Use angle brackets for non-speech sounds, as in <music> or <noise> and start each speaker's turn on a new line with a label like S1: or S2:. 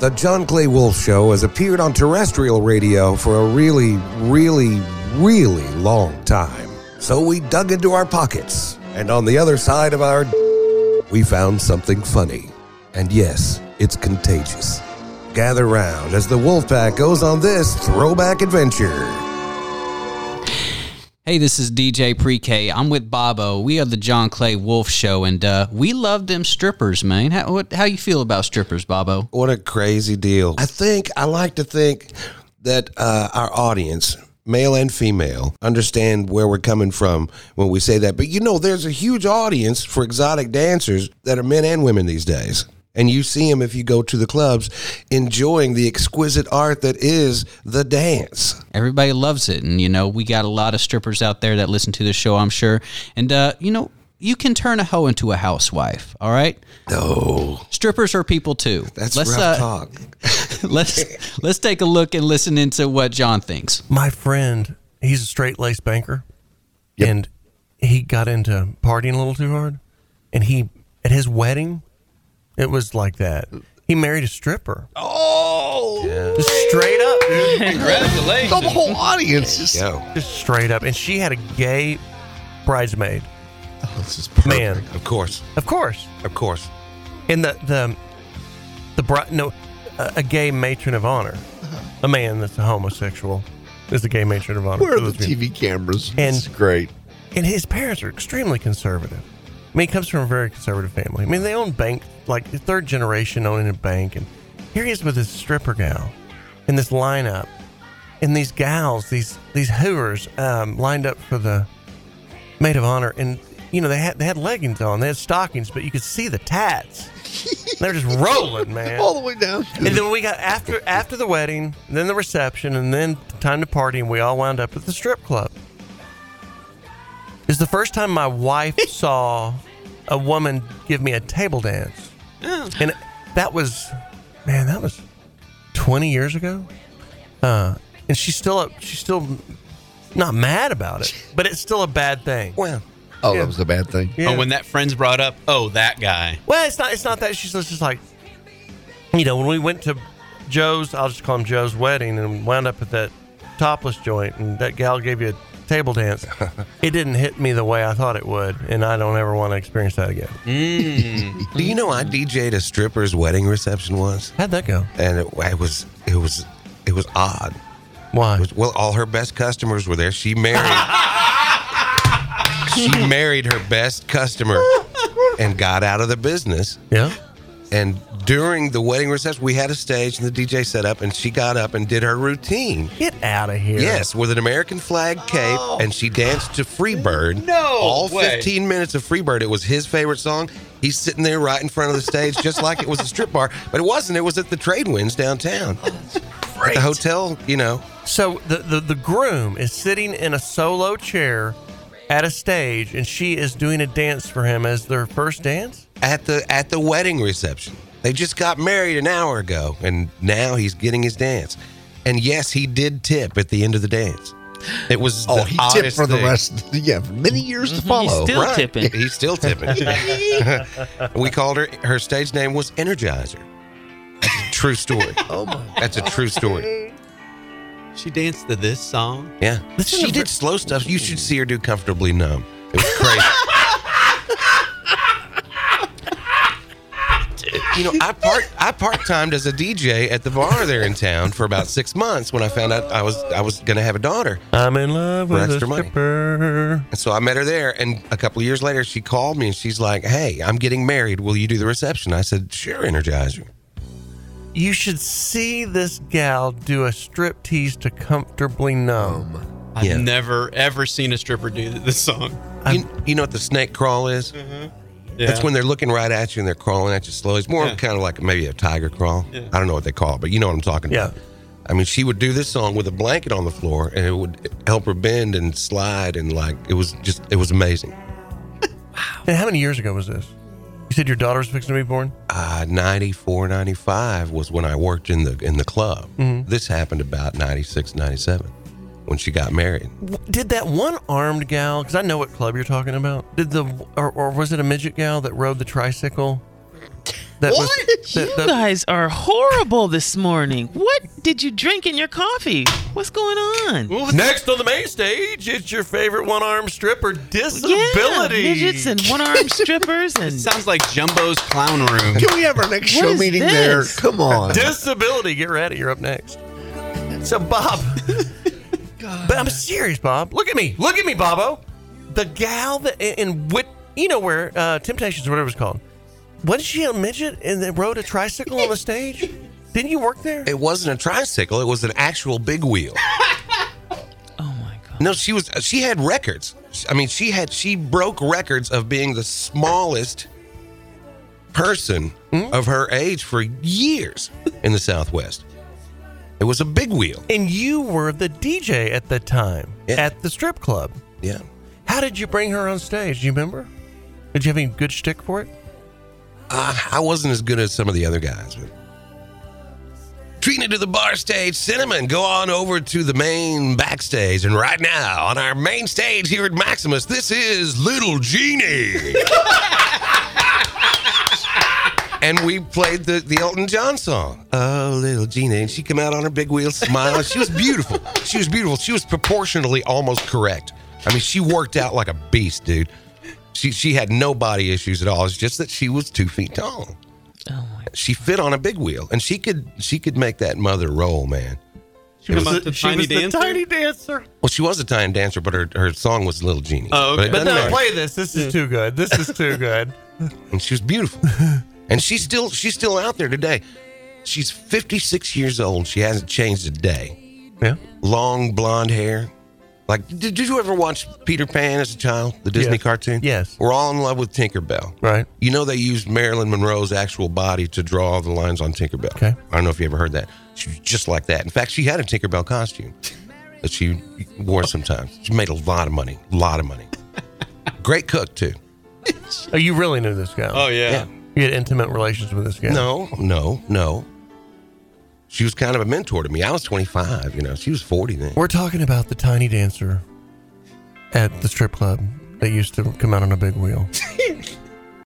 S1: The John Clay Wolf Show has appeared on terrestrial radio for a really, really, really long time. So we dug into our pockets, and on the other side of our <laughs> we found something funny. And yes, it's contagious. Gather round as the Wolf Pack goes on this throwback adventure.
S2: Hey, this is DJ Pre-K. I'm with Bobo. We are the John Clay Wolf Show, and uh, we love them strippers, man. How what, how you feel about strippers, Bobo?
S3: What a crazy deal. I think, I like to think that uh, our audience, male and female, understand where we're coming from when we say that. But you know, there's a huge audience for exotic dancers that are men and women these days. And you see them if you go to the clubs enjoying the exquisite art that is the dance.
S2: Everybody loves it, and you know we got a lot of strippers out there that listen to the show, I'm sure. And uh, you know you can turn a hoe into a housewife. All right,
S3: No,
S2: strippers are people too.
S3: that's
S2: let's
S3: rough
S2: uh,
S3: talk.
S2: <laughs> let's let's take a look and listen into what John thinks.
S4: my friend, he's a straight laced banker, and he got into partying a little too hard. And he, at his wedding, it was like that. He married a stripper. Oh, just straight up, dude,
S3: The whole audience just. Yo,
S4: just straight up. And she had a gay bridesmaid,
S3: this is perfect.
S4: Man.
S3: Of course,
S4: of course.
S3: of course.
S4: And the the the bride, no, a, a gay matron of honor,
S5: Uh-huh.
S4: a man that's a homosexual, is the gay matron of honor.
S5: Where are
S4: for
S5: the
S4: those of you-
S5: TV cameras?
S4: And-
S5: It's great.
S4: and his parents are extremely conservative. I mean, he comes from a very conservative family. I mean, they own bank, like the third generation owning a bank, and here he is with this stripper gal, and this lineup, and these gals, these these hoovers, um, lined up for the maid of honor, and you know they had they had leggings on, they had stockings, but you could see the tats. They're just rolling, man.
S5: <laughs> All the way down.
S4: And then we got after after the wedding, then the reception, and then time to party, and we all wound up at the strip club. It's the first time my wife saw a woman give me a table dance, and that was, man, that was twenty years ago. Uh, and she's still up. She's still not mad about it, but it's still a bad thing.
S3: Well,
S5: Oh,
S4: Yeah.
S5: that was a bad thing.
S4: Yeah.
S6: Oh, when that friend's brought up, oh, that guy.
S4: Well, it's not. It's not that. She's just like, you know, when we went to Joe's, I'll just call him Joe's wedding, and wound up at that topless joint, and that gal gave you a table <laughs> dance. it didn't hit me the way I thought it would, and I don't ever want to experience that again.
S3: do you know I DJ'd a stripper's wedding reception once?
S4: How'd that go?
S3: and it, it was it was it was odd.
S4: Why?
S3: It was, well, all her best customers were there. She married. she married her best customer and got out of the business.
S4: yeah.
S3: And during the wedding reception, we had a stage and the DJ set up, and she got up and did her routine.
S4: Get out of here.
S3: Yes, with an American flag cape, and she danced to Freebird.
S6: No
S3: all
S6: way.
S3: 15 minutes of Freebird. It was his favorite song. He's sitting there right in front of the stage, just like it was a strip bar, but it wasn't. It was at the Trade Winds downtown,
S5: Oh,
S3: at the hotel. You know,
S4: So the, the the groom is sitting in a solo chair at a stage, and she is doing a dance for him as their first dance.
S3: at the at the wedding reception. They just got married an hour ago, and now he's getting his dance. And yes, he did tip at the end of the dance. It was
S5: Oh,
S3: the
S5: he tipped
S3: oddest
S5: for the
S3: thing.
S5: rest. Yeah, for many years to follow.
S7: He's still
S3: Right.
S7: tipping.
S3: He's still tipping. we called her. Her stage name was Energizer. That's a true story.
S5: Oh my!
S3: That's a true story.
S6: She danced to this song.
S3: Yeah,
S4: This is
S3: she
S4: a
S3: did
S4: ver-
S3: slow stuff. You should see her do comfortably numb. It was crazy. You know, I part I part timed as a DJ at the bar there in town for about six months when I found out I was I was gonna have a daughter.
S4: I'm in love
S3: For
S4: with a
S3: extra money.
S4: stripper.
S3: And so I met her there. And a couple of years later, she called me and she's like, Hey, I'm getting married. Will you do the reception? I said, Sure, Energizer.
S4: You should see this gal do a strip tease to comfortably numb.
S6: I've
S3: Yeah.
S6: never ever seen a stripper do this song.
S3: You, you know what the snake crawl is?
S6: Yeah.
S3: That's when they're looking right at you and they're crawling at you slowly. It's more
S6: Yeah.
S3: kind of like maybe a tiger crawl. I don't know what they call it, but you know what I'm talking
S4: Yeah.
S3: about. I mean, she would do this song with a blanket on the floor and it would help her bend and slide. And like, it was just, it was amazing.
S4: And how many years ago was this? You said your daughter's fixing to be born?
S3: Uh, 94, 95 was when I worked in the, in the club.
S6: Mm-hmm.
S3: This happened about 96, 97 when she got married.
S4: W- Did that one armed gal, because I know what club you're talking about, did the, or, or was it a midget gal that rode the tricycle? That was-
S7: What?
S4: that- <laughs>
S7: you
S4: that-
S7: guys are horrible this morning. What did you drink in your coffee? What's going on?
S4: Next on the main stage, it's your favorite one-armed stripper,
S7: Yeah,
S4: Disability.
S7: midgets and one-armed strippers and
S6: Sounds like Jumbo's clown room.
S5: Can we have our next
S7: What
S5: show
S7: is
S5: meeting
S7: this?
S5: there? Come on.
S4: Disability. Get ready. You're up next. So, Bob. but I'm serious, Bob. Look at me. Look at me, Bobo. The gal that in, in Whit, you know where uh, Temptations, whatever it's called. Wasn't she a midget and then rode a tricycle on the stage? Didn't you work there?
S3: It wasn't a tricycle. It was an actual big wheel.
S7: oh my god.
S3: No, she was. She had records. I mean, she had. She broke records of being the smallest person
S7: Hmm?
S3: of her age for years in the Southwest. It was a big wheel.
S4: And you were the DJ at the time
S3: Yeah.
S4: at the strip club.
S3: Yeah.
S4: How did you bring her on stage? Do you remember? Did you have any good shtick for it?
S3: Uh, I wasn't as good as some of the other guys, but treating it to the bar stage cinema and go on over to the main backstage. And right now, on our main stage here at Maximus, this is Little Genie. and we played the, the Elton John song. Oh, Little Genie. And she came out on her big wheel smile. She was beautiful. She was beautiful. She was proportionally almost correct. I mean, she worked out like a beast, dude. She she had no body issues at all. It's just that she was two feet tall.
S7: Oh my.
S3: She fit on a big wheel, and she could she could make that mother roll, man.
S4: She
S6: was the tiny dancer?
S4: tiny dancer.
S3: Well, she was a time dancer, but her, her song was Little Genie.
S6: Oh, okay.
S3: it
S4: But
S3: doesn't
S4: no,
S3: matter.
S4: play this. This is too good. This is too good.
S3: and she was beautiful, and she's still she's still out there today. She's fifty six years old. She hasn't changed a day.
S4: Yeah.
S3: Long blonde hair. Like, did, did you ever watch Peter Pan as a child, the Disney
S4: Yes.
S3: cartoon?
S4: Yes.
S3: We're all in love with Tinkerbell.
S4: Right.
S3: You know they used Marilyn Monroe's actual body to draw the lines on Tinkerbell.
S4: Okay.
S3: I don't know if you ever heard that. She was just like that. In fact, she had a Tinkerbell costume that she wore sometimes. She made a lot of money. A lot of money. <laughs> Great cook too.
S4: Oh, you really knew this guy.
S6: Oh yeah.
S3: Yeah.
S4: You had intimate relations with this guy.
S3: No, no, no. She was kind of a mentor to me. I was 25, you know. She was 40 then.
S4: We're talking about the tiny dancer at the strip club that used to come out on a big wheel.